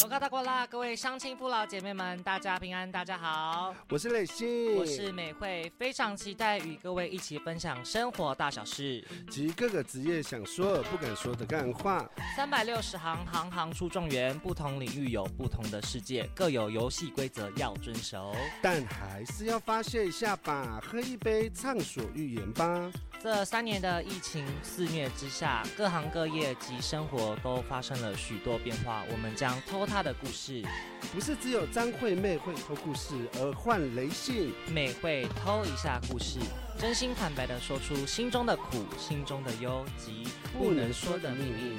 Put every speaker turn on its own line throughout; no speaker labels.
广告大过啦，各位乡亲父老姐妹们，大家平安，大家好，
我是磊鑫，
我是美惠，非常期待与各位一起分享生活大小事，
集各个职业想说而不敢说的干话。
三百六十行，行行出状元，不同领域有不同的世界，各有游戏规则要遵守，
但还是要发泄一下吧，喝一杯，畅所欲言吧。
这三年的疫情肆虐之下，各行各业及生活都发生了许多变化。我们将偷他的故事，
不是只有张惠妹会偷故事，而换雷信
美会偷一下故事，真心坦白的说出心中的苦、心中的忧及不能说的秘密。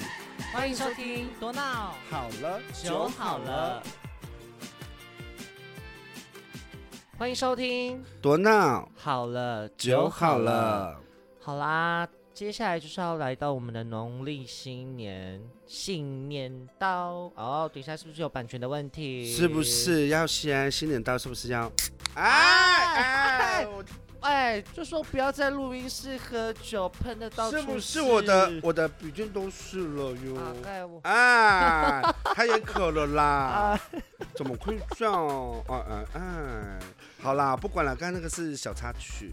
欢迎收听《多闹
好了，
酒好了》，欢迎收听
多闹
好了
酒好。了，
好啦，接下来就是要来到我们的农历新年新年到哦。等一下是不是有版权的问题？
是不？是要先新年到？是不是要？哎哎，
哎，就说不要在录音室喝酒，喷的到处
是不是我的我的笔记都是了
大
哟？
概我
哎，他也渴了啦
啊，，
怎么会这样？哎哎哎，好啦，不管了，刚刚那个是小插曲。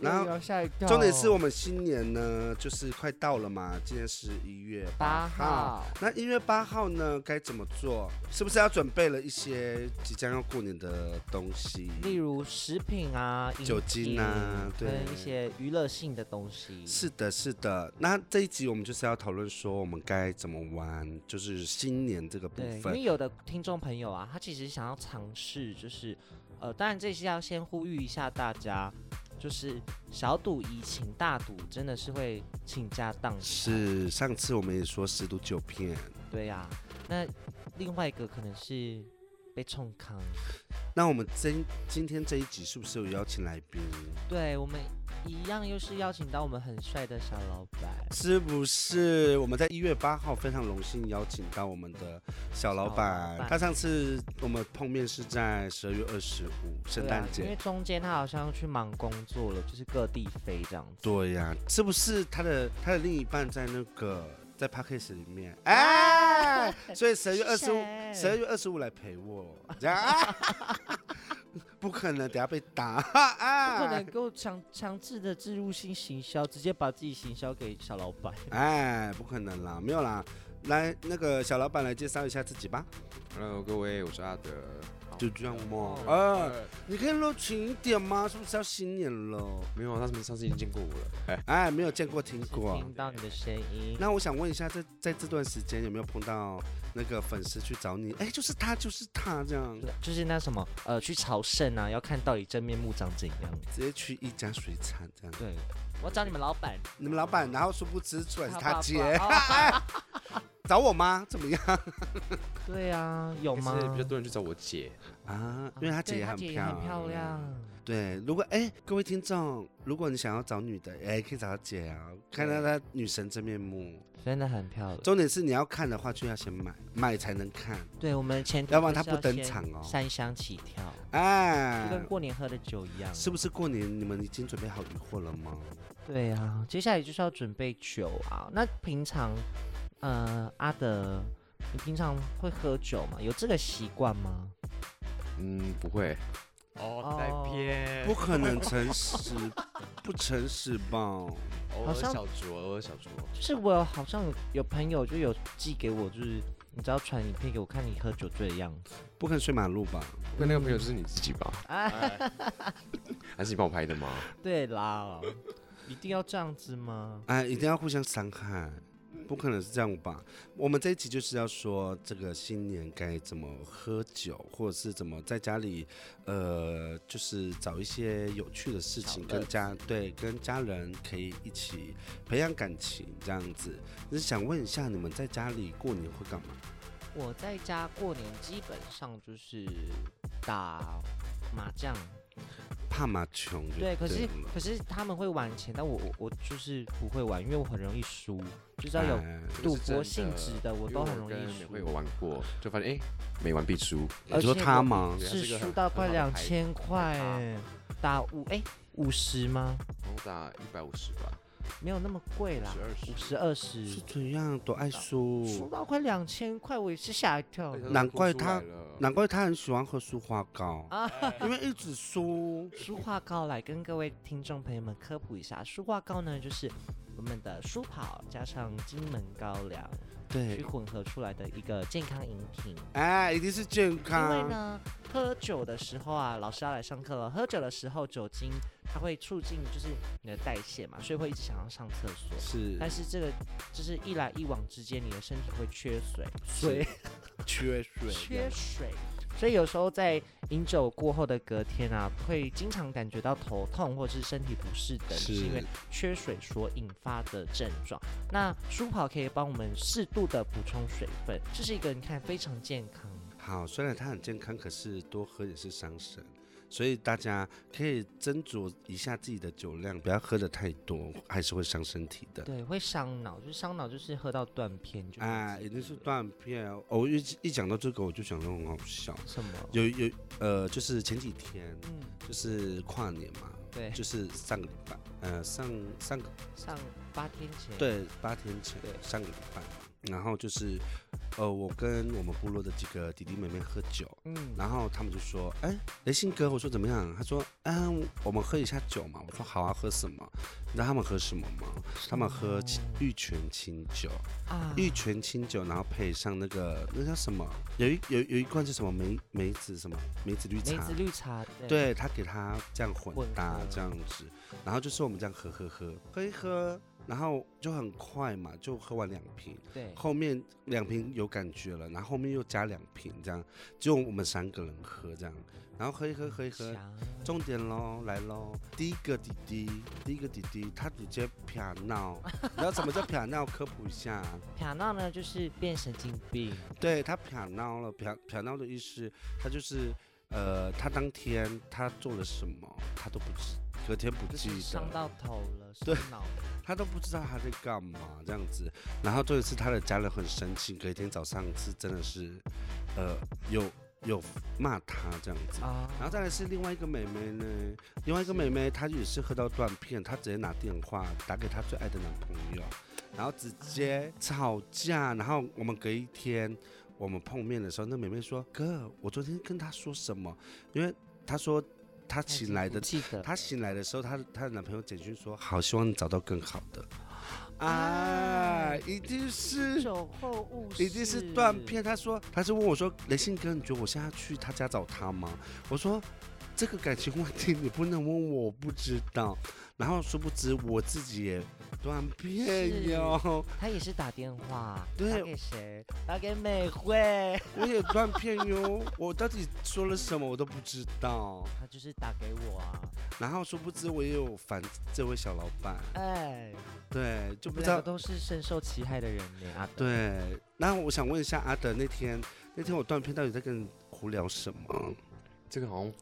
然后
又要吓一跳。
重点是我们新年呢，就是快到了嘛，今天是一月
八
号。
号，
那一月八号呢，该怎么做？是不是要准备了一些即将要过年的东西？
例如食品啊、饮
酒精啊
品
对
跟一些娱乐性的东西。
是的，是的。那这一集我们就是要讨论说，我们该怎么玩，就是新年这个部
对，因为
分。
有的听众朋友啊，他其实想要尝试，就是，呃，当然这些要先呼吁一下大家，就是小赌怡情，大赌真的是会倾家荡产。
是，上次我们也说十赌九骗。
对呀、那另外一个可能是被冲康。
那我们今今天这一集是不是有邀请来宾？
对我们一样又是邀请到我们很帅的小老板，
是不是？我们在一月八号非常荣幸邀请到我们的小老
小老
板
板，
他上次我们碰面是在十二月二十五圣
对
诞
啊因为
节。
中间他好像去忙工作了，就是各地飞这样子。
对呀、是不是他的他的另一半在那个在 p a c k a g e 里面？哎，所以十二月二十五，
是
十二月二十五来陪 我， 这样啊？不可能，等下被打
不可
啊！
能给我强强制的植入性行销，直接把自己行销给小老板。
哎，不可能啦，没有啦。来，那个小老板来介绍一下自己吧，
Hello，各位，我是阿德。
就这样嘛。
哦
啊，
呃
你可以露群一点吗？是不是要新年了？
没有，啊他们上次已经见过我了。哎，
哎，没有见过听过。
听到你的声音，
啊那我想问一下，在在这段时间有没有碰到那个粉丝去找你？哎，就是他，就是他这样，
就是那什么，呃，去朝圣啊，要看到底真面目长怎样。
直接去一家水产这样。
对，我找你们老板，
你们老板，然后殊不知出来是他姐，
好吧好吧
找我吗？怎么样
对啊，有吗
但？是比较多人去找我姐。
啊？因为他姐
对
也
她
很
姐
漂亮。
很漂。亮。
对，如果哎，各位听众，如果你想要找女的，哎，可以找她姐啊，看到她女神真面目。
真的很漂亮，
重点是你要看的话，就要先买，买才能看。
对我们前提
要不然
就是
她不登
先
场哦
三香起跳，就
哎，
跟过年喝的酒一样。
是不是过年你们已经准备好鱼货了吗？
对啊，接下来就是要准备酒啊。那平常，呃，阿德，你平常会喝酒吗？有这个习惯吗？
嗯，不会。
哦在
骗
不可 能诚实，不诚实吧？
偶
好
尔
像
小酌，偶尔小酌。
就是我有好像有有朋友就有寄给我，就是你知道传影片给我看你喝酒醉的样子。
不可能睡马路吧？
跟那个朋友就是你自己吧？
啊，
哎还是你帮我拍的吗？
对啦， 一定要这样子吗？
哎，一定要互相伤害，不可能是这样吧？我们这一集就是要说这个新年该怎么喝酒，或者是怎么在家里，呃，就是找一些有趣的事情
小乐
跟家对跟家人可以一起培养感情这样子。就是想问一下，你们在家里过年会干嘛？
我在家过年基本上就是打麻将，
怕麻穷就
对，可是
了
可是他们会玩钱，但我我我就是不会玩，因为我很容易输，就知道有
哎
赌
这是
博
真
性
的
质的，我
因为
都很容
跟
易
美
输
惠。有玩过，就发现哎，每玩必输。
你说
而且
他
我
吗？
对它
是
是个
输
很
到
很
快
好的
两
牌
千块
牌咖
欸，打五哎五十吗？
我打一百五十吧。
没有那么贵啦，
二
五十二十，
是怎样？多爱
说
书，
到快两千块，我也是吓一
哎
跳。
难怪他难怪他很喜欢喝苏花膏，
啊
因为一直苏。
舒化膏来跟各位听众朋友们科普一下，舒化膏呢就是我们的舒跑加上金门高粱去
对，
混合出来的一个健康饮品。
哎，一定是健
因为
康。
呢，喝酒的时候啊，老师要来上课了。喝酒的时候，酒精它会促进就是你的代谢嘛，所以会一直想要上厕所。
是
但是这个就是一来一往之间，你的身体会缺水，
水 缺水，
缺水，所以有时候在饮酒过后的隔天啊，会经常感觉到头痛或是身体不适等，是因为
是
缺水所引发的症状。那舒跑可以帮我们适度的补充水分，这是一个你看非常健康。
好，虽然它很健康，可是多喝也是伤身，所以大家可以斟酌一下自己的酒量，不要喝的太多，还是会伤身体的。
对，会伤脑，就是伤脑就是喝到断片就
哎，一定是断片哦！我一一讲到这个，我就想到很好笑。
什么？
有有呃，就是前几天，
嗯，
就是跨年嘛，
对，
就是上个礼拜，呃，上上个
上八天前，，
对八天前
对，
上个礼拜，然后就是呃，我跟我们部落的几个弟弟妹妹喝酒，
嗯，
然后他们就说：“哎，雷信哥，我说怎么样？”他说：“嗯，我们喝一下酒嘛。”我说：“好啊，喝什么？”你知道他们喝什么吗？他们喝清玉泉清酒，
啊，
玉泉清酒，然后配上那个那叫什么？有一有有一罐是什么梅梅子什么梅子绿
梅
茶
子？绿茶，，
对他给他这样混
混
搭
合
这样子，然后就是我们这样喝喝喝喝一喝，然后就很快嘛，就喝完两瓶。
对，
后面两瓶有感觉了，然后后面又加两瓶，这样只有我们三个人喝这样，然后喝一喝喝一喝，
强，
重点喽来喽，第一个弟弟，第一个弟弟他直接啪闹， 你知道什么叫啪闹？科普一下，啊
卡闹呢就是变神经病，
对他啪闹了，啪啪闹的意思，他就是呃，他当天他做了什么，他都不知，隔天不
就
记
是伤
得，
到头了，
对
伤脑了，
他都不知道他在干嘛这样子。然后这一次他的家人很生气，隔天早上是真的是，呃，有有骂他这样子。
啊，
然后再来是另外一个妹妹呢，另外一个妹妹她也是喝到断片，她直接拿电话打给她最爱的男朋友，然后直接吵架，然后我们隔一天我们碰面的时候，那妹妹说：“哥，我昨天跟她说什么？因为她说
他
她
已经
醒来
不
的
记得
她醒来的时候，她她的男朋友简讯说：“好，希望你找到更好的。”啊
哎，
一定是。
酒后误事，
一定是断片。他说，他是问我说，雷信哥，你觉得我现在去他家找他吗？我说，这个感情问题你不能问我，我不知道。然后殊不知我自己也断片
是
哟，
他也是打电话，
对
打给谁？打给美 惠，
我也断片哟，我到底说了什么我都不知道。
他就是打给我啊，
然后殊不知我也有烦这位小老板，
哎，
对，就
我
不
们
知
两
道
个都是深受其害的人呢，阿德，
对，那我想问一下阿德，那天那天我断片到底在跟你胡聊什么？
这个好像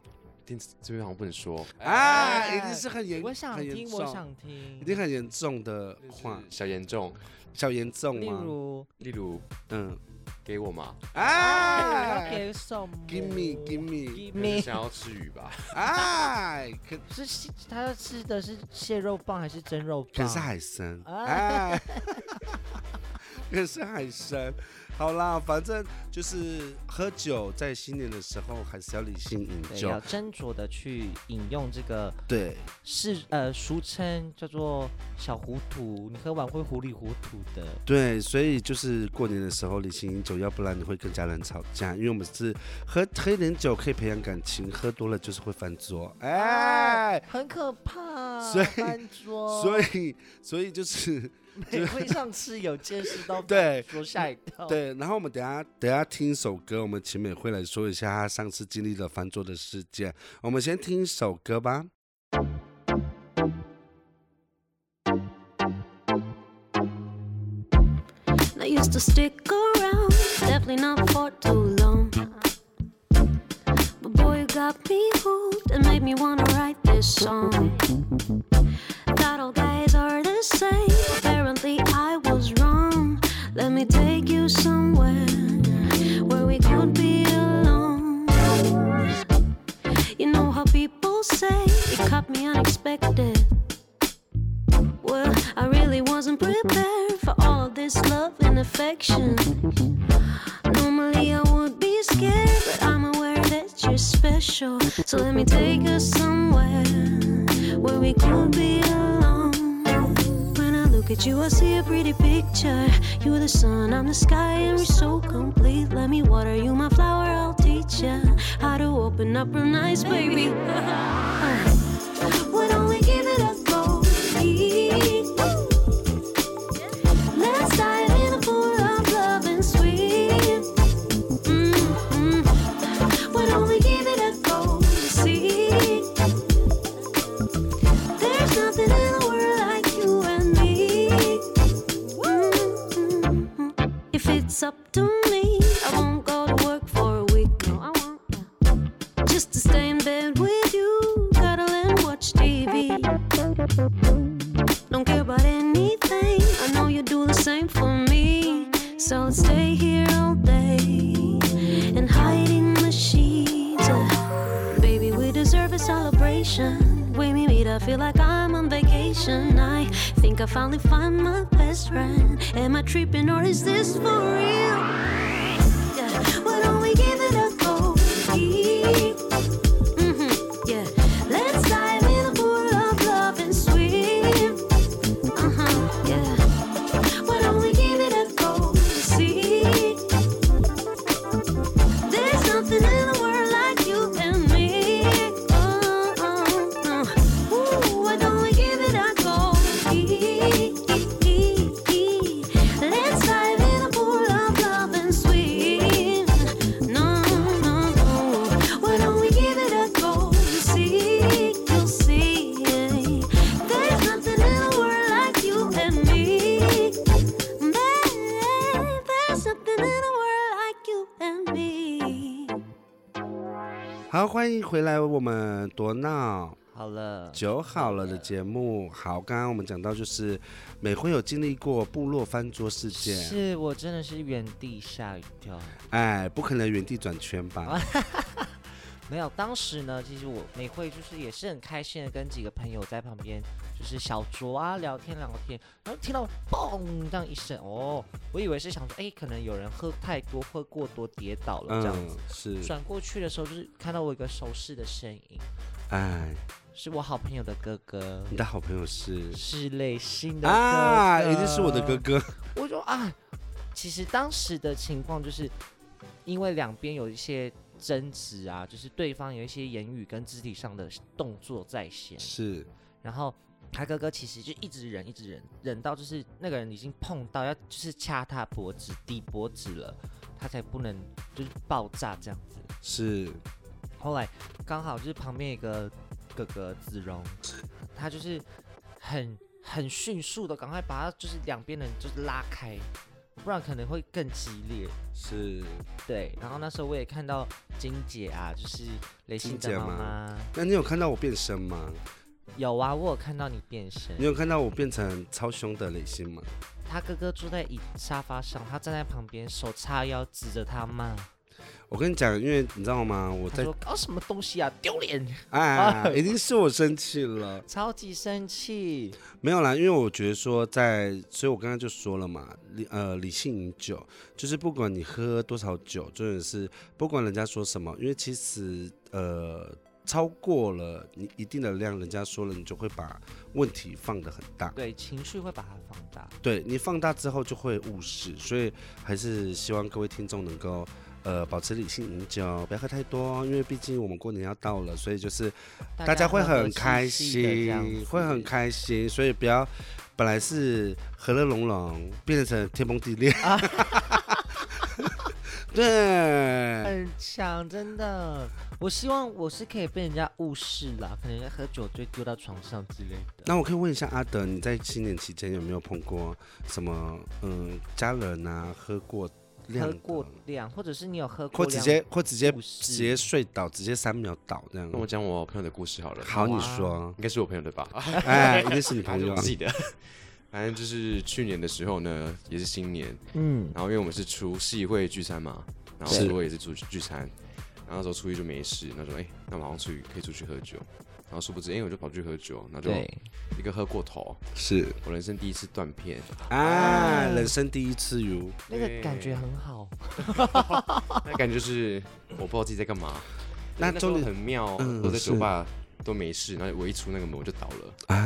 电视这边好像不能说
啊，
哎
一定是很严，
我想
很严
听，
重
我想
一
听。
定很严重的
嗯
话，
小严重，
小严重
例
吗？
如，哎
例如
嗯，
给我嘛，
要
哎
给什么
，give me give me，
give
可能
me。
想要吃鱼吧，
哎，可
是蟹他吃的是蟹肉棒还是蒸肉
可
棒？
是海参，
啊
哎， 可是海参。好啦，反正就是喝酒，在新年的时候还是要理性饮
对，
酒
要，斟酌的去饮用这个
对，
是呃俗称叫做小糊涂，你喝完会糊里糊涂的。
对，所以就是过年的时候理性饮酒，要不然你会跟家人吵架。因为我们是喝喝一点酒可以培养感情，喝多了就是会翻桌。哎，
很可怕，
所以
翻桌，
所
以
以 所 以就是
美 惠上次有见识到
对
翻桌吓一跳，，
对。然后我们等一下等一下听一首歌，我们秦美会来说一下她上次经历的翻桌的事件。我们先听一首歌吧。
I used to stick around, definitely not for too long. But boy, you got me hooked and made me wanna write this song. Thought all guys are the same, apparently I was wrong. Let me take you somewhere where we could be alone. You know how people say it caught me unexpected. Well, I wasn't prepared for all of this love and affection. Normally I would be scared, but I'm aware that you're special. So let me take us somewhere where we could be alone. When I look at you, I see a pretty picture. You're the sun, I'm the sky, and we're so complete. Let me water you, my flower, I'll teach you how to open up real nice, baby. Why don't we give it a go? Let's dive in a pool of love and sweet. Mm-mm. Why don't we give it a go? See, there's nothing in the world like you and me. Mm-mm. If it's up to me, I won't go to work for a week. No, I won't. Just to stay in bed with you, cuddle and watch TV. Don't care about anything. I know you do the same for me. So let's stay here all day and hide in the sheets. Uh, Baby, we deserve a celebration. When we meet, I feel like I'm on vacation. I think I finally find my best friend. Am I tripping or is this for real? Yeah. Why don't we give it a go? Mhm. Yeah. Let's dive in a pool of love and swim. Uh-huh. Yeah. Why don't we give it a go? See. There's nothing in the world like you and me. Oh, oh, oh. Ooh, why don't we give it a go? Let's dive in a pool of love and swim. No, no, no. Why don't we give it a go? You see, you'll see. There's nothing in the world like you and me. Babe, there's something in the world like you and me.
好，欢迎回来，我们多闹。
好了，
酒好了的节目，好，刚刚我们讲到就是美惠有经历过部落翻桌事件，
是我真的是原地吓一跳。
哎，不可能原地转圈吧？
没有，当时呢，其实我美惠就是也是很开心的，跟几个朋友在旁边就是小酌啊，聊天聊天，然后听到嘣这样一声，哦，我以为是想说，哎，可能有人喝太多，喝过多跌倒了这样
嗯
子。，
是，
转过去的时候，就是看到我一个熟识的身影，
哎，
是我好朋友的哥哥，
你的好朋友是
是磊鑫的
啊，
哥哥
一定是我的哥哥，
我就啊，其实当时的情况就是，因为两边有一些争执啊，就是对方有一些言语跟肢体上的动作在先，
是
然后他哥哥其实就一直忍，一直忍，忍到就是那个人已经碰到要就是掐他脖子、抵脖子了，他才不能就是爆炸这样子。
是，
后来刚好就是旁边一个哥哥子荣，他就是很很迅速的赶快把他就是两边的人就是拉开，不然可能会更激烈。
是，
对，然后那时候我也看到金姐啊，就是雷欣
金姐
的妈
吗
妈，
那你有看到我变身吗？
有啊，我有看到你变身
你。有看到我变成超凶的雷星吗？
他哥哥坐在椅沙发上，他站在旁边，手叉腰指着他骂，
我跟你讲，因为你知道吗？我
他
在
说哎搞什么东西啊，丢脸，
啊，一定是我生气了。
超级生气。
没有啦，因为我觉得说在，所以我刚刚就说了嘛，理呃理性饮酒，就是不管你喝多少酒，真的是不管人家说什么，因为其实呃超过了你一定的量，人家说了，你就会把问题放得很大，
对，情绪会把它放大。
对你放大之后就会误事，所以还是希望各位听众能够。呃，保持理性饮酒，不要喝太多，因为毕竟我们过年要到了，所以就是大家会
和和
很
气
开
气的这样
心，会
子
很开心，所以不要本来是和乐融融，变成天崩地裂。 对，
很强，真的。我希望我是可以被人家误视啦，可能人家喝酒就丢到床上之类的。
那我可以问一下阿德，你在新年期间有没有碰过什么嗯家人啊喝过量
喝
的
过量，或者是你有喝过
或
量，
直接或直接
故事
直接睡倒，直接三秒倒这样
那？我讲我朋友的故事好了，
好，你
啊
说，
应该是我朋友 的吧？
哎，一定是你朋友
我记得。反正就是去年的时候呢，也是新年，
嗯，
然后因为我们是出系会聚餐嘛，然后
是
我也是出去聚餐，然后那时候初一就没事，那时候哎，那马上出去可以出去喝酒，然后殊不知，因为我就跑去喝酒，然后就
对，
一个喝过头，
是
我人生第一次断片，
啊，人生第一次哟，
那个感觉很好。
那感觉就是我不知道自己在干嘛。
那
时候
重点
很妙哦，
嗯
我在酒
是
吧都没事，然后我一出那个门我就倒了，
哎，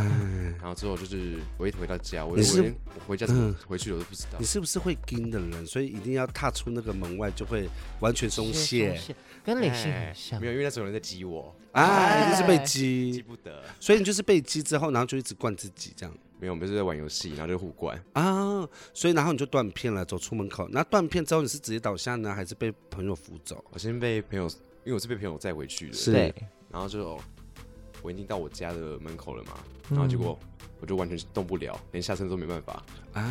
然后之后就是我一回到家，我
你
我
是
连我回家怎么
嗯
回去我都不知道
你。是不是会跟的人？所以一定要踏出那个门外，就会完全松懈
松懈，跟理性
哎
很像
没。有，因为那时候有人在激我，
啊，一定是被
激
激，
不得。
所以你就是被激之后，然后就一直灌自己这样
没有，我们就是在玩游戏，然后就互灌，
啊，所以然后你就断片了，走出门口。那断片之后，你是直接倒下呢，还是被朋友扶走？
我先被朋友，因为我是被朋友载回去的，
是
对，
然后就哦我已经到我家的门口了嘛，然后结果我就完全动不了，连下车都没办法，
啊，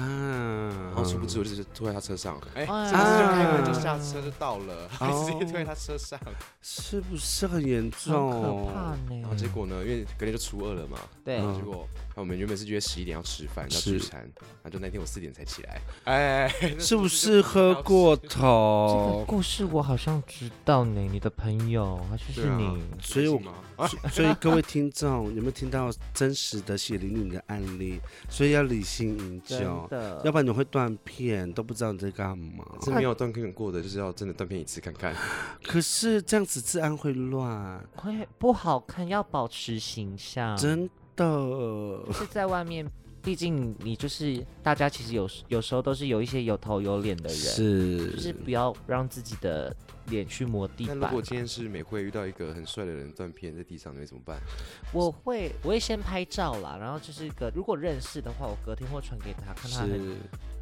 然后殊不知我就是坐在他车上，哎，
哎
是不是就开门就下车就到了，还
哦
直接推在他车上，
是不是很严重？
很
嗯
可怕呢。
啊
然后结果呢，因为隔天就初二了嘛，
对
然后结果哎我们原本是约十一点要吃饭要聚
是
餐，然后就那天我四点才起来， 哎，
是不是喝过
这个
头？
故事我好像知道呢，你的朋友，他就是
对啊
你。
所以我啊
吗？
所以各位听众，有没有听到真实的血淋淋的案例？所以要理性饮酒，
的
哦要不然你会断片，都不知道你在干嘛。
是没有断片过的，就是要真的断片一次看看。
可是这样子治安会乱，
会不好看，要保持形象。
真的。
是在外面，毕竟你就是大家其实有时有时候都是有一些有头有脸的人，就是
是，
不要让自己的脸去磨地
那如
板
果。今天是美惠遇到一个很帅的人断片在地上，你会怎么办？
我会我会先拍照啦，然后就是个如果认识的话，我隔天会传给他，看他很、
是，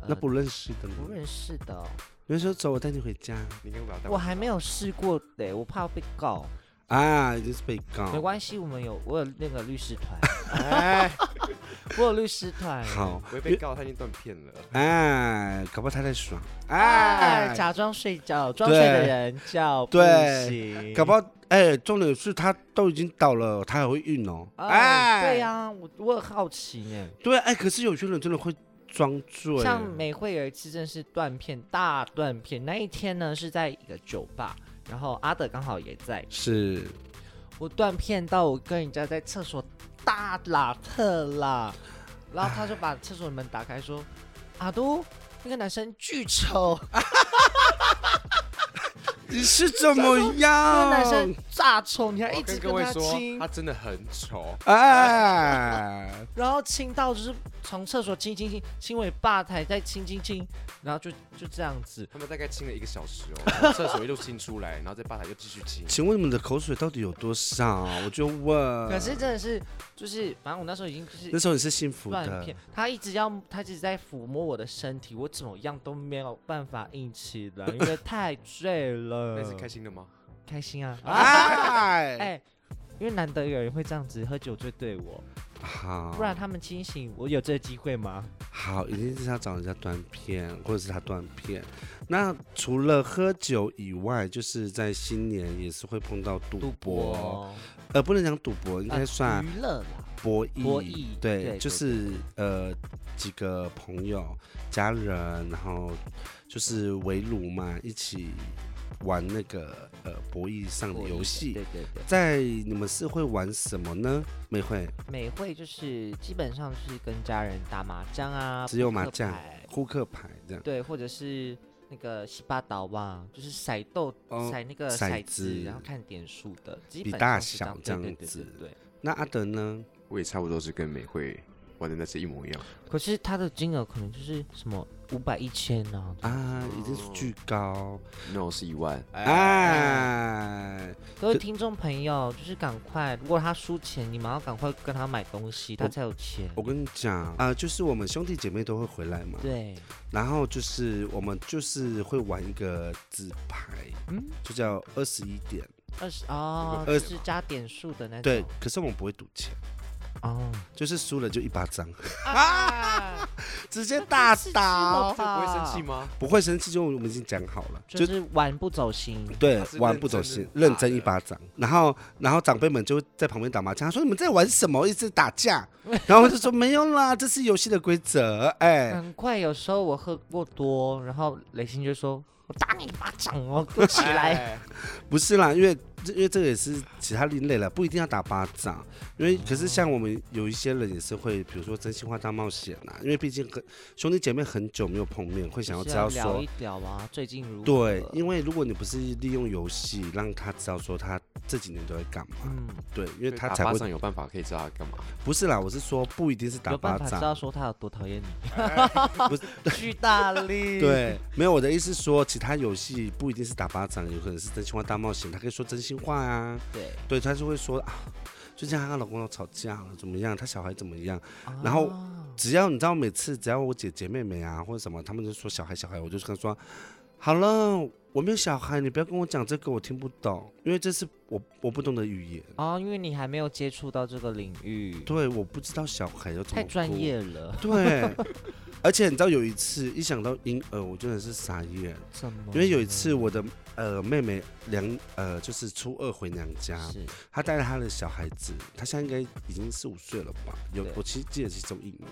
呃
那不认识的呢？
不认识的哦、
有时候走，我带你回家
你应该会把他带
我
回
还
家
没有试过的、我怕被告。
啊，一定是被告。
没关系，我们有我有那个律师团，
哎，
我有律师团。
好
不会被告，他已经断片了。
哎，搞不好他在爽
哎，
哎，
假装睡觉，装睡的人叫不
对
行。
搞不好哎，重点是他都已经倒了，他还会晕哦。
哎，对呀、
哎，
我我很好奇呢。
对哎，可是有些人真的会装醉，
像美惠有一次真的是断片，大断片。那一天呢是在一个酒吧，然后阿德刚好也在。
是
我断片到我跟人家在厕所大拉特啦，然后他就把厕所门打开说：“阿都，那个男生巨丑，
你是怎么样？
那个男生炸丑，你还
哦我
一
要
直
跟
跟
各 位
他
说，
亲
他，真的很丑。
哎，
然后亲到就是从厕所亲亲亲亲尾吧台，再亲亲亲，然后就就这样子。”
他们大概亲了一个小时 哦，从厕所一路亲出来，然后在吧台又继续亲。
请问你们的口水到底有多少？我就问。
可是真的是，就是反正我那时候已经就是
那时候你呃是幸福
断
的
片，，他一直要，他一直在抚摸我的身体，我怎么样都没有办法硬起来，因为太醉
呃
了。
那是开心的吗？
开心啊！啊，
哎，
哎，因为难得有人会这样子喝酒醉对我，
好，
不然他们清醒，我有这个机会吗？
好，一定是他找人家断片，或者是他断片。那除了喝酒以外，就是在新年也是会碰到赌博，
赌博，
呃，不能讲赌博，应该
呃
算
娱乐啦。
博弈。
博弈
对，
对
就
对
是呃几个朋友、家人，然后就是围炉嘛，一起玩那个呃博弈上的
博弈
游戏
对。对对，
在你们是会玩什么呢？美惠，
美惠就是基本上就是跟家人打麻将啊，
只有
扑
麻
克
将
牌、
扑克牌这样。
对，或者是那个西巴岛吧，就是骰豆、
哦
骰那个
骰
骰子，
子
然后看点数的，基
比
本
大
上是
小
这样
这样
对对
子
对对对
那阿德呢？
我也差不多是跟美惠玩的那是一模一样。
可是它的金额可能就是什么五百、一千啊，
啊，一定是
哦
巨高。
No 是一万，
哎，
各位听众朋友，就是赶快，如果他输钱，你们要赶快跟他买东西，他才有钱。
我跟你讲啊、就是我们兄弟姐妹都会回来嘛，
对，
然后就是我们就是会玩一个纸牌，
嗯，
就叫二十一点。
二十哦，
那
就
个
是加点数的那种。
对，可是我们不会赌钱，
哦，
就是输了就一巴掌，
啊，
直接大
好
打，
这不会生气吗？
不会生气，就我们已经讲好了，
就
就是
玩不走心。
对
他是，
玩
认
不走
真
心
的，打
认真一
的
巴掌。然后，然后长辈们就在旁边打麻将，他说你们在玩什么？一直打架。然后我就说没有啦，这是游戏的规则。哎，
难怪有时候我喝过多，然后雷欣就说我打你一巴掌哦，给我起来！
哎，
不是啦，因为因为这个也是其他另类了，不一定要打巴掌。因为可是像我们有一些人也是会，比如说真心话大冒险啦，因为毕竟很兄弟姐妹很久没有碰面，会想要
就
知
是要
道
聊
说
一，聊啊，最近如何？
对，因为如果你不是利用游戏让他知道说他这几年都在干嘛，
嗯，
对，因为他
打
才
巴
会
掌有办法可以知道他干嘛。
不是啦，我是说不一定是打
有办
巴
法知道
掌，
说他有多讨厌你，
哎不是
巨大力。
对，没有我的意思是说，其他游戏不一定是打巴掌，有可能是真心话大冒险，他可以说真心话啊，
对，
对，他就会说啊，最近她跟老公要吵架了，怎么样？她小孩怎么样？然后
啊
只要你知道，每次只要我姐姐、妹妹啊或者什么，他们就说小孩小孩，我就跟她说，好了，我没有小孩，你不要跟我讲这个，我听不懂，因为这是我我不懂的语言，
哦，因为你还没有接触到这个领域，
对，我不知道小孩要怎么
太专
哭
业了，
对，而且你知道有一次，一想到婴儿，我真的是傻眼，
怎么了？
因为有一次我的呃妹妹娘呃就是初二回娘家，
是
她带了她的小孩子，她现在应该已经四五岁了吧？有
对
我其实记得其中一年，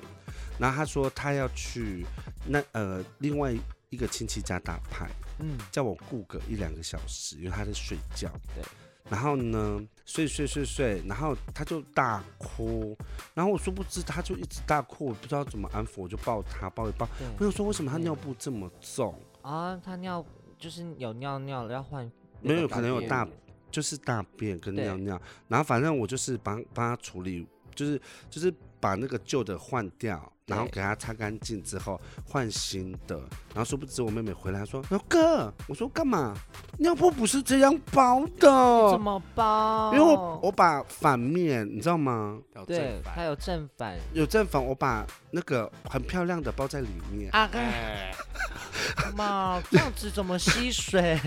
然后她说她要去那呃另外一个亲戚家打牌，
嗯，
叫我顾个一两个小时，因为她在睡觉。
对。
然后呢，睡睡睡睡，然后她就大哭，然后我殊不知她就一直大哭，我不知道怎么安抚，我就抱她抱一抱。我
对
想说为什
嗯
么她尿布这么重？
啊，他尿就是有尿尿了，要换
没有
那个
可能有
改变
大就是大便跟
对
尿尿，然后反正我就是帮帮他处理，就是就是把那个旧的换掉，然后
对
给他擦干净之后换新的，然后殊不知我妹妹回来她说老哥，我说干嘛？尿布不是这样包
怎
的，
么包？
因为我我把反面你知道吗？
要正
对
反
他有正反
有正反，我把那个很漂亮的包在里面，
啊，
哎，
妈，这样子怎么吸 水？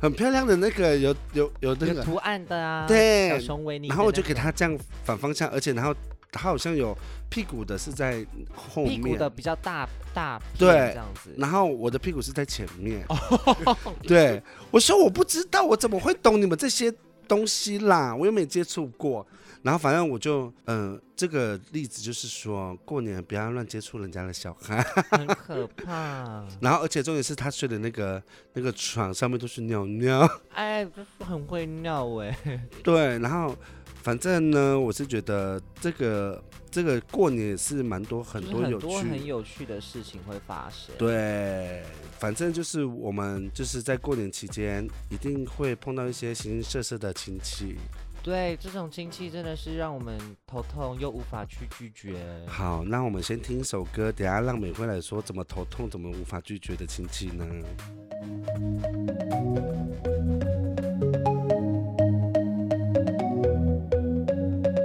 很漂亮的那个有有有那
有
个，
图案的啊，
对
小熊维尼的那
然
种。
后我就给他这样反方向，而且然后他好像有屁股的是在后
屁
面，
股的比较大大片
对
这样子。
然后我的屁股是在前面。
哦
对，我说我不知道，我怎么会懂你们这些东西啦？我又没接触过。然后反正我就，呃，这个例子就是说，过年不要乱接触人家的小孩。
很可怕，
然后而且重点是他睡的那个那个床上面都是尿尿。
哎，就是很会尿哎、
对，然后反正呢，我是觉得这个这个过年也是蛮多很
就是
多有
很多
趣
很有趣的事情会发生。
对，反正就是我们就是在过年期间一定会碰到一些形形色色的亲戚。
对，这种亲戚真的是让我们头痛又无法去拒绝。
好，那我们先听一首歌，等一下让美惠来说怎么头痛、怎么无法拒绝的亲戚呢？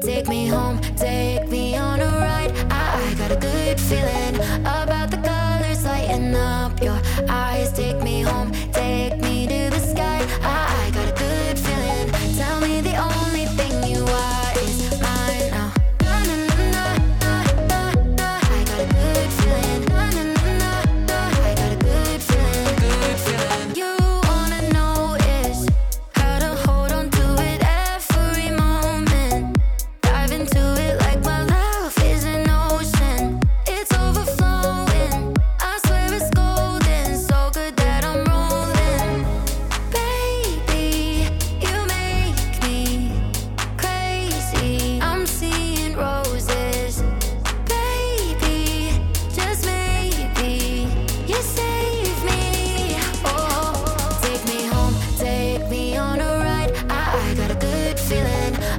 Take me home, take me on a ride. I, I got a good feeling about the colors lighting up your eyes. Take me home, take me to the sky. I, I got a good feeling. Tell me the only thing you are is mine now. Na, na, na, na, na, na, na. I got a good feeling. Na, na, na, na, na. I got a good feeling. Good feeling. You wanna know is how to hold on to it every moment. Dive into it like we're
Oh,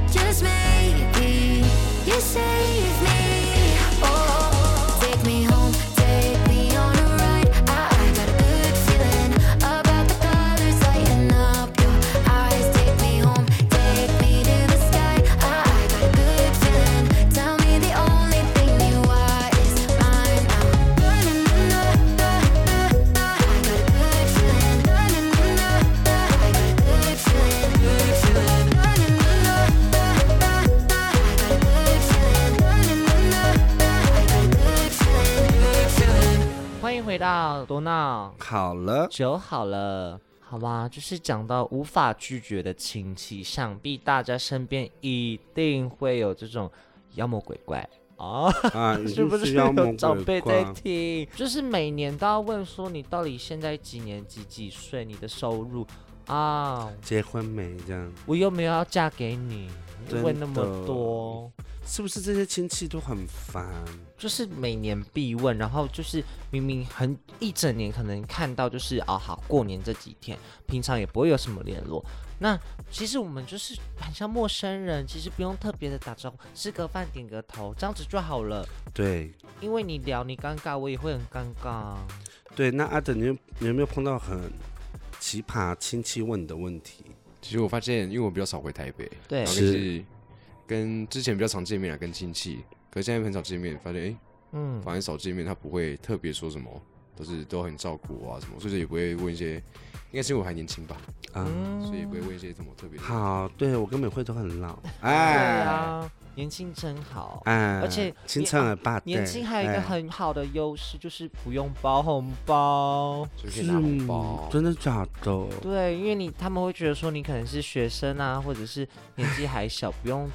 Oh,
要多闹，
好了，
酒好了，好吗？就是讲到无法拒绝的亲戚，想必大家身边一定会有这种妖魔鬼怪哦。
啊，一
是
定
不是
妖
有
魔
长
鬼
辈在
怪？
听？就是每年都要问说你到底现在几年级几岁，你的收入啊，
结婚没这样？
我又没有要嫁给你，
真
问那么
的
多，
是不是这些亲戚都很烦？
就是每年必问，然后就是明明很一整年可能看到就是啊好过年这几天，平常也不会有什么联络。那其实我们就是很像陌生人，其实不用特别的打招呼，吃个饭点个头，这样子就好了。
对
因为你聊你尴尬，我也会很尴尬啊。
对，那阿等，你有你有没有碰到很奇葩亲戚问你的问题？
其实我发现，因为我比较少回台北，
对
然后哎就是跟之前比较常见面啊，跟亲戚，可是现在很少见面，发现哎、诶
嗯，
反正少见面，他不会特别说什么，都是都很照顾我啊什么，所以也不会问一些，应该是因为我还年轻吧，
啊，
嗯
所以也不会问一些什么特别的。
好，对我跟美惠都 很老，
对
哎
啊，年轻真好。
哎，
而且
清
你
唱了吧？
年轻还有一个
哎
很好的优势就是不用包红包，
所以可以拿红包
是，嗯真的假的？
对，因为你他们会觉得说你可能是学生啊，或者是年纪还小，不用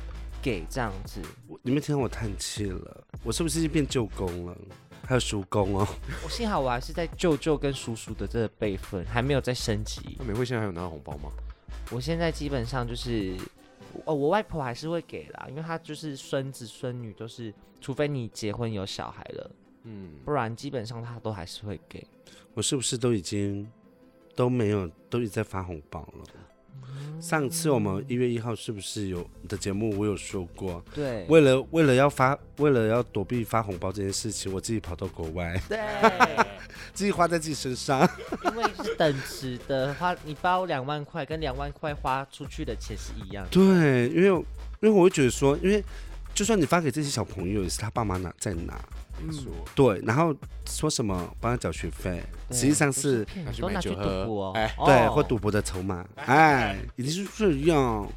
给这样子。
我你们听到我叹气了，我是不是变舅公了？还有叔公哦，
我幸好我还是在舅舅跟叔叔的这个辈分，还没有再升级
那。美惠现在还有拿红包吗？
我现在基本上就是，哦，我外婆还是会给啦，因为她就是孙子孙女都是，除非你结婚有小孩了，
嗯，
不然基本上她都还是会给。
我是不是都已经都没有都已经在发红包了？上次我们一月一号是不是有的节目我有说过，
对，
为了为了要发为了要躲避发红包这件事情，我自己跑到国外，
对。
自己花在自己身上。
因为是等值的，花你包两万块跟两万块花出去的钱是一样的。
对，因为我因为我会觉得说，因为就算你发给这些小朋友，也是他爸妈拿在拿。
没错，
对，然后说什么帮他缴学费，
对啊
实际上
都
是
骗
拿
人
去
都
买
拿去
酒
赌
喝
博哦，
哎
对，
哦
或赌博的筹码，哎，已经是这样。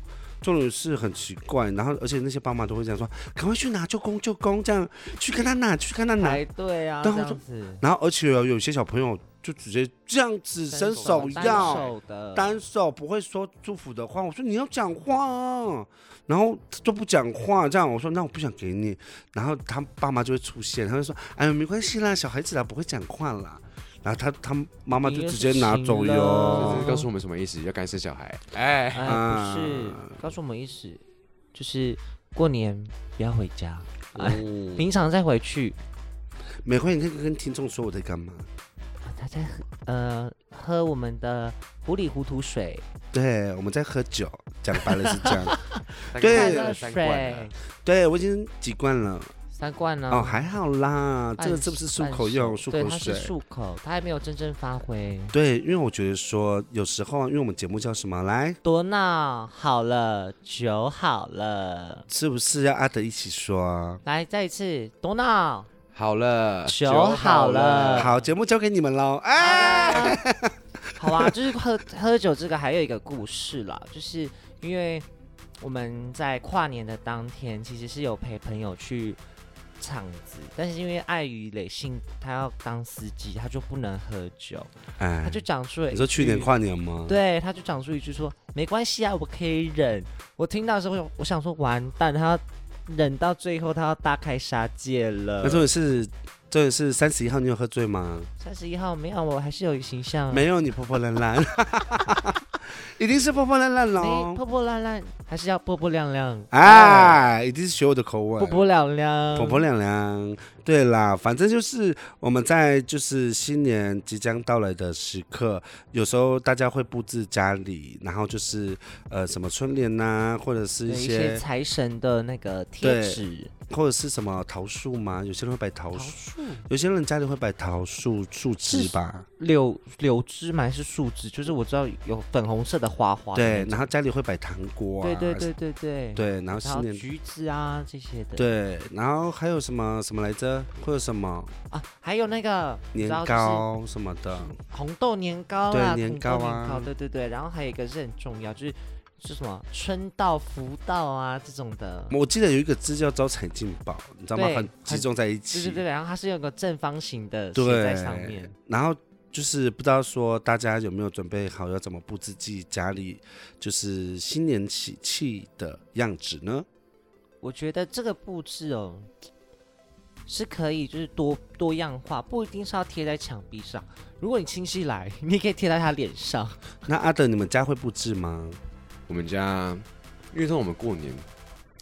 重点是很奇怪，然后而且那些爸妈都会这样说，赶快去拿舅公舅公这样，去跟他拿，去跟他拿。
排队啊，这
对我
样
就
子
然后而且哦有有些小朋友就直接这样子伸手
单
要
手的
单手不会说祝福的话，我说你要讲话啊，然后他就不讲话，这样我说那我不想给你，然后他爸妈就会出现，他就说哎没关系啦，小孩子啦不会讲话啦，然后他他妈妈就直接拿走
你又是情
哟
了。
这是告诉我们什么意思？要干涉小孩？哎，
哎，不是，
啊
告诉我们意思，就是过年不要回家，
哦
哎 平常再回去。
美惠，你可以跟听众说我在干嘛？
啊他在喝呃喝我们的糊里糊涂水，
对，我们在喝酒，讲白了是 这样。
大概
对
快
拿
乐
了三罐啊了
水
对我已经几罐了，
三罐呢？
哦，还好啦，
半
这个是不是漱口
嗯哎
用
半
漱
对，
口
它是
水？
漱口，它还没有真正发挥。
对，因为我觉得说有时候啊，因为我们节目叫什么来，
多闹好了，酒好了，
是不是要阿德一起说啊？
来再一次多闹。
好了，
酒好
好
了
好，节目交给你们喽。哎，
好啊，就是喝喝酒这个还有一个故事啦，就是因为我们在跨年的当天，其实是有陪朋友去场子，但是因为碍于磊信他要当司机，他就不能喝酒，他
哎
就，讲出了
你
一
说去
句
年跨年吗？，
对，他就讲出一句说：“没关系啊，我可以忍。”我听到的时候，我想说完蛋，他要忍到最后，他要大开杀戒了
那。重点是，重点是三十一号你有喝醉吗？
三十一号没有，我还是有一个形象啊，
没有，你破破烂烂，一定是破破烂烂
没
喽
破。破烂烂，还是要破破亮亮。哎，
哎，一定是学我的口吻。
破破亮亮，
婆婆娘娘，对啦，反正就是我们在就是新年即将到来的时刻，有时候大家会布置家里，然后就是呃什么春联呐、或者是
有
一
一
些
些财神的那个贴
对
纸，
或者是什么桃树嘛，有些人会摆桃
桃
树，
树
有些人家里会摆桃树树枝
是
吧，
柳柳枝嘛，还是树枝？就是我知道有粉红色的花花的
对，
那
然后家里会摆糖果、啊，
种，对对对对对
对，然后
然
新
后
年。
橘子啊这些的，
对，然后还有什么什么来着？会有什么
啊，还有那个你
年
知道就是
糕什么的？
红豆年糕
对
啦，
年
红豆
糕啊
年糕，对对对，然后还有一个是很重要，就是是什么春到福到啊这种的，
我记得有一个字叫招财进宝，你知道吗？
对
很集中在一
对
起。
对对，然后它是有个正方形的写
对，
在上面，
然后就是不知道说大家有没有准备好要怎么布置自己家里，就是新年喜气的样子呢？
我觉得这个布置哦，是可以就是多多样化，不一定是要贴在墙壁上。如果你亲戚来， 你也可以贴在他脸上。
那阿德，你们家会布置吗？
我们家，因为像我们过年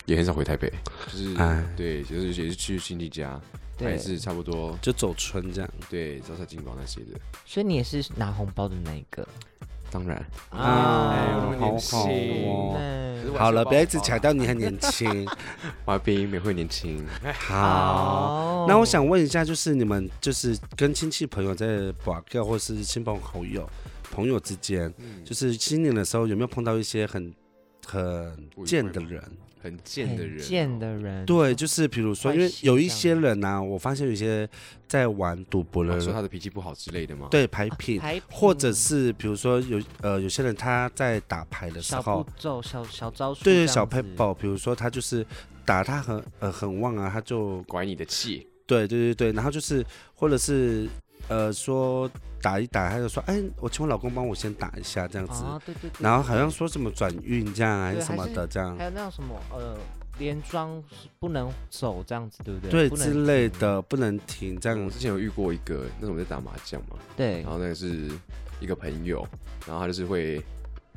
也很少回台北，就是
哎
对，就是也是去亲戚家，还
对，
是差不多
就走春这样。
对招财进宝那些的。
所以你也是拿红包的那一个
当然，
哎呦
我那么
好
年
好
轻
哦。
嗯
可是我还是
好了，
包
不要一直
红包
强
啦
调你很年 轻。
花冰美惠年轻，
好，
哦
那我想问一下，就是你们就是跟亲戚朋友在保票，或是亲朋好友朋友之间，
嗯
就是新年的时候有没有碰到一些很很
不愉快
贱的
吗
人？
很贱的人哦，
很贱的人，
对，就是比如说，因
坏
为
习
有一
惯
些人呐、我发现有一些在玩赌博的
哦，
人，
说他的嗯脾气不好之类的吗？，
对牌品，
啊牌品
或者是比如说有呃有些人他在打牌的时
小步
候，
骤、小小招数这
对
样子，啊
小 p a p 比如说他就是打他很呃很旺啊，他就
拐你的气，
对对对对，然后就是或者是呃说打一打，他就说哎，我请我老公帮我先打一下这样子，
啊，对对对，
然后好像说什么转运这样啊还是
对
什
还
么
是
的这样
还，有那种什么呃，连庄是不能走这样子，对不对？
对
不能
之类
停，
的不能停这
我
样
之，前有遇过一个，那时候我们在打麻将嘛，
对
然，
哦
后那个是一个朋友，然后他就是会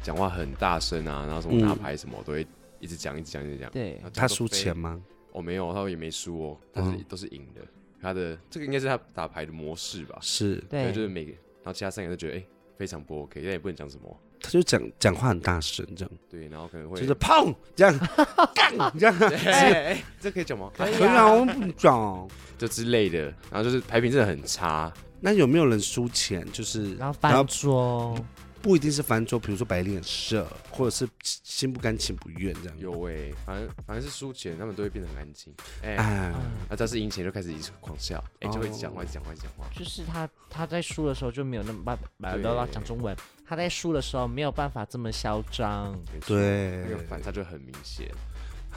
讲话很大声啊，然后什么
嗯
拿牌什么、都会一直讲，一直讲，一直讲。
对，
他输钱
吗？
吗？
哦，没有，他也没输哦，但是
嗯
都是赢的。他的这个应该是他打牌的模式吧？
是。
对，
就是每个，然后其他三个人都觉得哎、非常不 OK，但也不能讲什么。
他就讲讲话很大声，这样
对，然后可能会
就是砰 这样，干这样，
哎哎、哎这可以讲吗？
可以啊，我不讲。
就之类的，然后就是牌品真的很差，
那有没有人输钱？就是
然后翻桌，
不一定是翻桌，比如说摆脸色，或者是心不甘情不愿这样。
有哎、反正反正是输钱，他们都会变得很安静。哎、
哎，
啊嗯
那但是赢钱就开始一直狂笑，哎、就会一直讲话，一直讲话，一直讲话。
就是他他在输的时候就没有那么办，
对
不要讲中文，他在输的时候没有办法这么嚣张，
没错，
对
那个反差就很明显。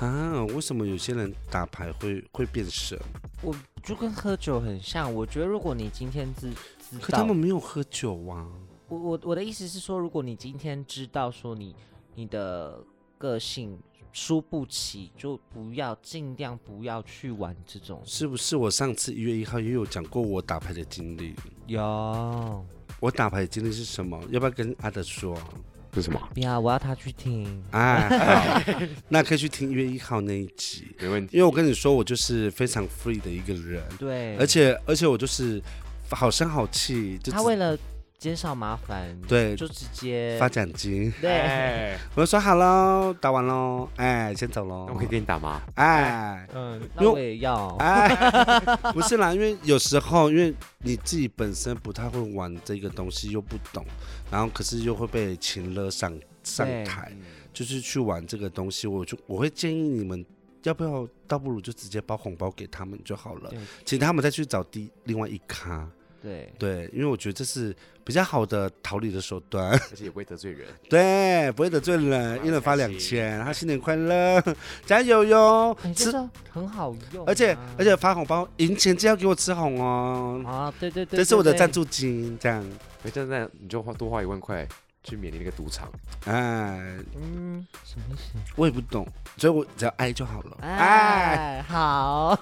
啊，为什么有些人打牌会会变色？
我就跟喝酒很像。我觉得如果你今天知知
可他
道
们，没有喝酒啊。
我我我的意思是说，如果你今天知道说你你的个性。输不起就不要，尽量不要去玩这种。
是不是？我上次一月一号也有讲过我打牌的经历。
有，
我打牌的经历是什么？要不要跟阿德说？
是什么？
不要，我要他去听。
哎， 好，那可以去听一月一号那一集。
没问题，
因为我跟你说，我就是非常 free 的一个人，
对，
而且而且我就是好声好气，就
他
只
为了减少麻烦，
对
就直接
发奖金，
对，
哎，
我就说好喽，打完喽，哎，先走喽
那我，可以给你打吗？
哎。
嗯，
因为
那我也要，
哎， 不是啦，因为有时候因为你自己本身不太会玩这个东西，又不懂，然后可是又会被情勒上上
对
台，就是去玩这个东西，我就我会建议你们，要不要倒不如就直接包红包给他们就好了
对，
请他们再去找第另外一咖。
对，
对，因为我觉得这是比较好的逃离的手段，
而且也不会得罪人。
对，不会得罪人，一人发两千，他新年快乐， 加油哟！
哎这，
吃
个很好用啊，
而且而且发红包赢钱就要给我吃红哦，
啊，对对对，
这是我的赞
助。
助金，这样，
哎，但是那你就花多花一万块去免你那个赌场，
哎，
嗯，什么意思？
我也不懂，所以我只要爱就好了，
啊
哎，
哎，好，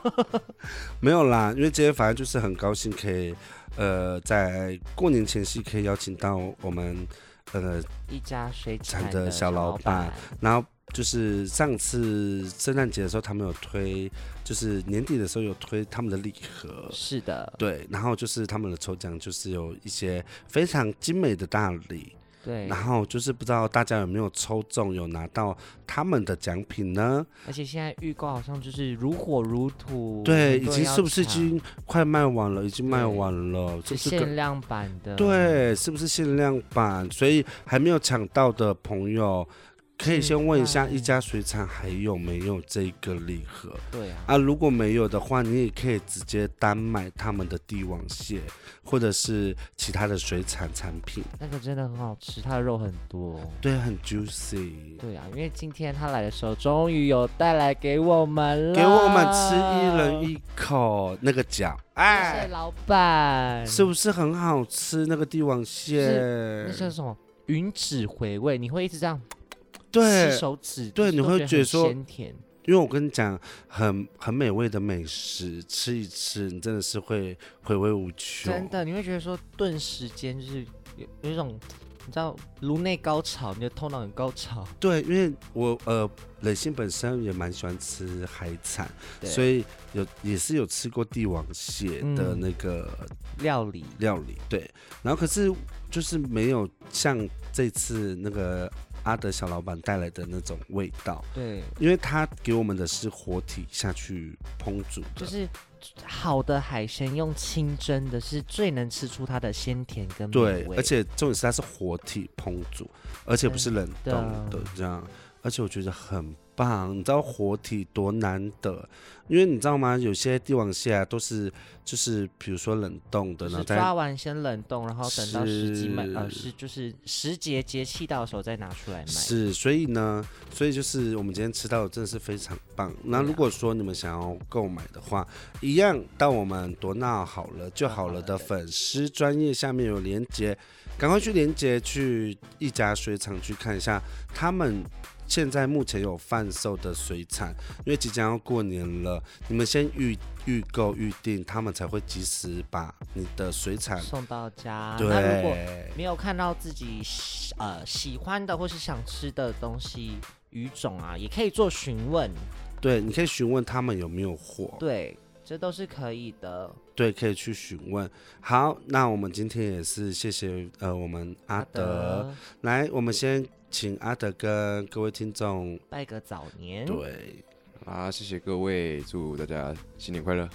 没有啦，因为今天反正就是很高兴可以，呃，在过年前夕可以邀请到我们，呃，
一家水
产
产
的小老
老
板，然后就是上次圣诞节的时候，他们有推，就是年底的时候有推他们的礼盒，
是的，
对，然后就是他们的抽奖就是有一些非常精美的大礼，
对，
然后就是不知道大家有没有抽中，有拿到他们的奖品呢？
而且现在预告好像就是如火如荼，
对，
很
已
多人
经
要
是不是已
抢
经快卖完了？已经卖
对
完了，
是
是不是跟
限量版的？，
对，是不是限量版？所以还没有抢到的朋友，可以先
嗯
问一下
那
一家水产还有没有这个礼盒
对啊，
啊？如果没有的话，你也可以直接单买他们的帝王蟹或者是其他的水产产品，
那个真的很好吃，它的肉很多。
对，很 juicy。
对啊，因为今天他来的时候，终于有带来给我们了，
给我们吃一人一口那个饺，
谢谢
哎，
老板，
是不是很好吃？那个帝王蟹
那，叫什么云指回味，你会一直这样
对
吃，手指，就是
对你
都
会
觉得
觉得
很
说
鲜甜，
因为我跟你讲，很很美味的美食，吃一吃，你真的是会回味无穷。
真的，你会觉得说顿时间就是有有一种你知道颅内高潮，你的头脑很高 潮，
对，因为我呃，磊鑫本身也蛮喜欢吃海产，
对
所以有也是有吃过帝王蟹的
嗯
那个
料理
料理，对。然后可是就是没有像这次那个阿德小老板带来的那种味道，
对，
因为他给我们的是活体下去烹煮的，
就是好的海鲜用清蒸的是最能吃出它的鲜甜跟美
对
嗯味，，
而且重点是它是活体烹煮，而且不是冷冻的
真的
这样，而且我觉得很棒。你知道活体多难得，因为你知道吗？有些帝王蟹啊都是就是比如说冷冻的，
就
然后
是
再
抓完先冷冻，然后等到时机卖，呃，
是
是就是时节节气到的时候再拿出来卖。
是，所以呢，所以就是我们今天吃到的真的是非常棒。那
对啊
如果说你们想要购买的话，一样到我们多纳好了就好了的粉丝专业下面有连接，赶快去连接去一家水厂去看一下他们。现在目前有贩售的水产，因为即将要过年了，你们先预预购预定，他们才会及时把你的水产。
送到家。啊那如果
啊对，
没有看到自己喜呃喜欢的或是想吃的东西鱼种啊，也可以做询问，
对，你可以询问他们有没有货。
对，这都是可以的。
对，可以去询问。好，那我们今天也是谢谢呃，我们阿德来，我们先请阿德跟各位听众，
拜个早年，
对
啊，谢谢各位，祝大家新年快乐！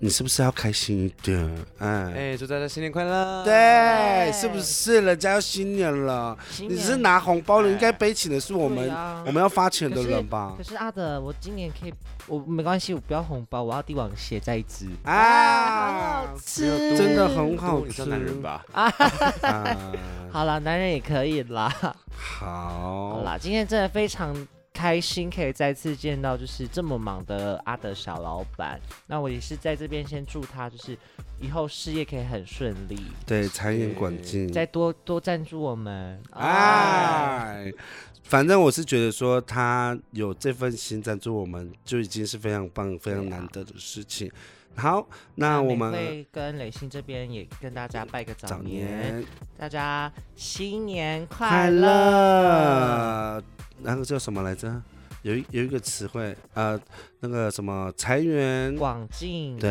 你是不是要开心一点？哎，
哎，祝大家新年快乐！
对，是不是人家要新年了？
新
你
年哎
是拿红包的，应该背起的是我
对
们、
啊
我们要发钱的人吧啊
可？是阿德，我今年可以，我没关系，我不要红包，我要帝王蟹再一只。哎
啊，
没有多
真的很好
多你像男人吧？
啊，
好啦，男人也可以啦。好
好，
啦，哦今天真的非常开心，可以再次见到就是这么忙的阿德小老板。那我也是在这边先祝他，就是以后事业可以很顺利，
对，财源广进，
再多多赞助我们。啊，
哎，反正我是觉得说他有这份心赞助我们，就已经是非常棒、非常难得的事情。好，那我们
会跟磊鑫这边也跟大家拜个早
早
年，
年
大家新年快
快
乐！
乐，那个叫什么来着？有一有一个词汇，呃，那个什么财源，
广进。
对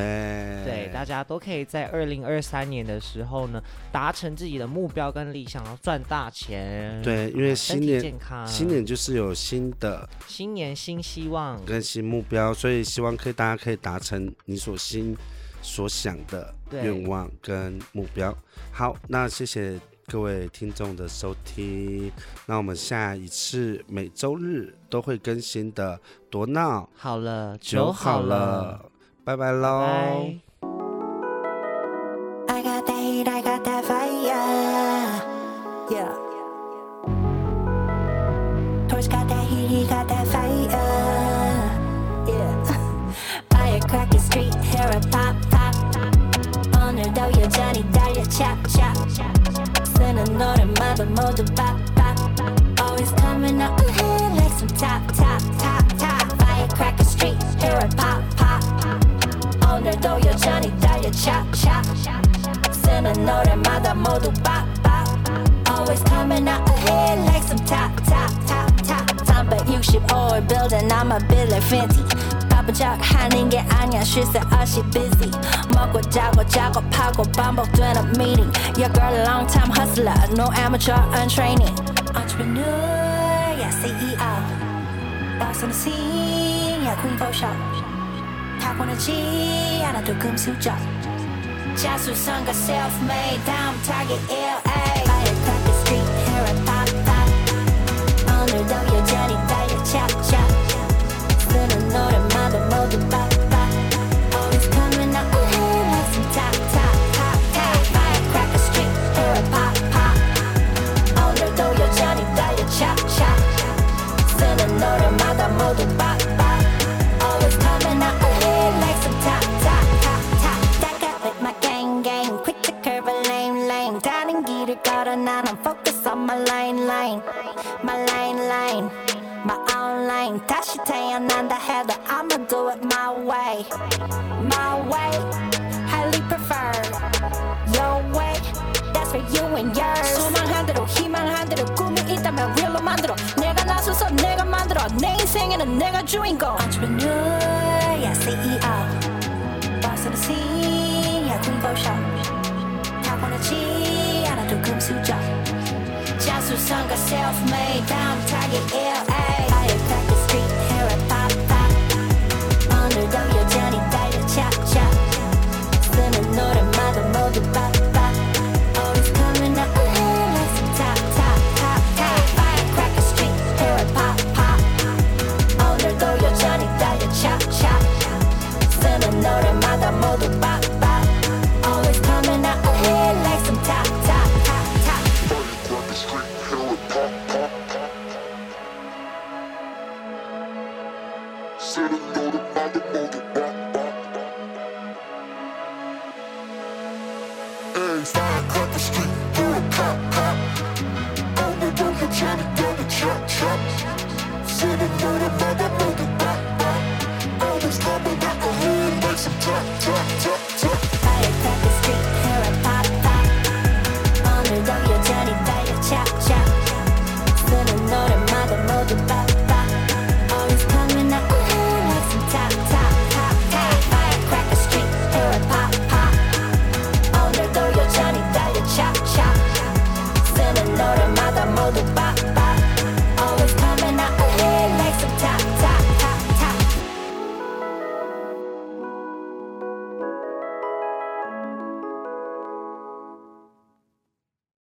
对，大家都可以在二零二三年的时候呢，达成自己的目标跟理想，然后赚大钱。
对因为
身
新
体
年
健康，
新年就是有新的
新年新希望，
跟新目标，所以希望可以大家可以达成你所心所想的
对
愿望跟目标。好，那谢谢各位听众的收听，那我们下一次每周日都会更新的多闹
好了，
酒
酒
好
好
了
了，，
拜拜
拜
喽。
拜。
I got that heat, I got that fire. Yeah. Torch got that heat, he got that fire. Yeah. Firecracker street, hair a pop, pop. 오늘도 여전히 달려, chop, chop. 쓰는 노래마다 모두 pop, pop. Always coming up ahead like some top, top, top, top. Firecracker street, hair a pop, pop. 오늘도 여전히 달려 chop chop 쓰는 노래마다 모두 pop pop Always coming out ahead like some top top top top 담배 65월 building I'm a Billy Fenty 바쁜 척 하는 게 아니야 실세 없이 busy 먹고 자고 작업하고 반복되는 meeting Your girl a long time hustler no amateur untraining Entrepreneur yeah CEO Boss on the scene yeah queen for show 타고나지 않아도 금수저 자수성가 self-made 다음 타겟 LA Firecracker street hair and pop pop 오늘도
my lane, lane, my own lane. 다시 태어난 다 해도 I'ma do it my way, my way. Highly prefer your way. That's for you and yours. 소망한 대로, 희망한 대로, 꿈이 있다면 real로 만들어. 내가 나서서 내가 만들어. 내 인생에는 내가 주인공. Entrepreneur, yeah, CEO. Boss of the scene, yeah, 군고쇼. 타고나지 않아도 금수저. 자수성가 self-made 다음 타겟 LA 아예 깎은 street hair and pop pop 오늘도 여전히 달려 찹찹 쓰는 노래마다 모두 빡빡 Always coming up ahead like some top top top top Firecracker street hair and pop pop 오늘도 여전히 달려 찹찹 쓰는 노래마다 모두 빡빡 Always coming up ahead like some top top top top
Said I know the mother, mother, mother.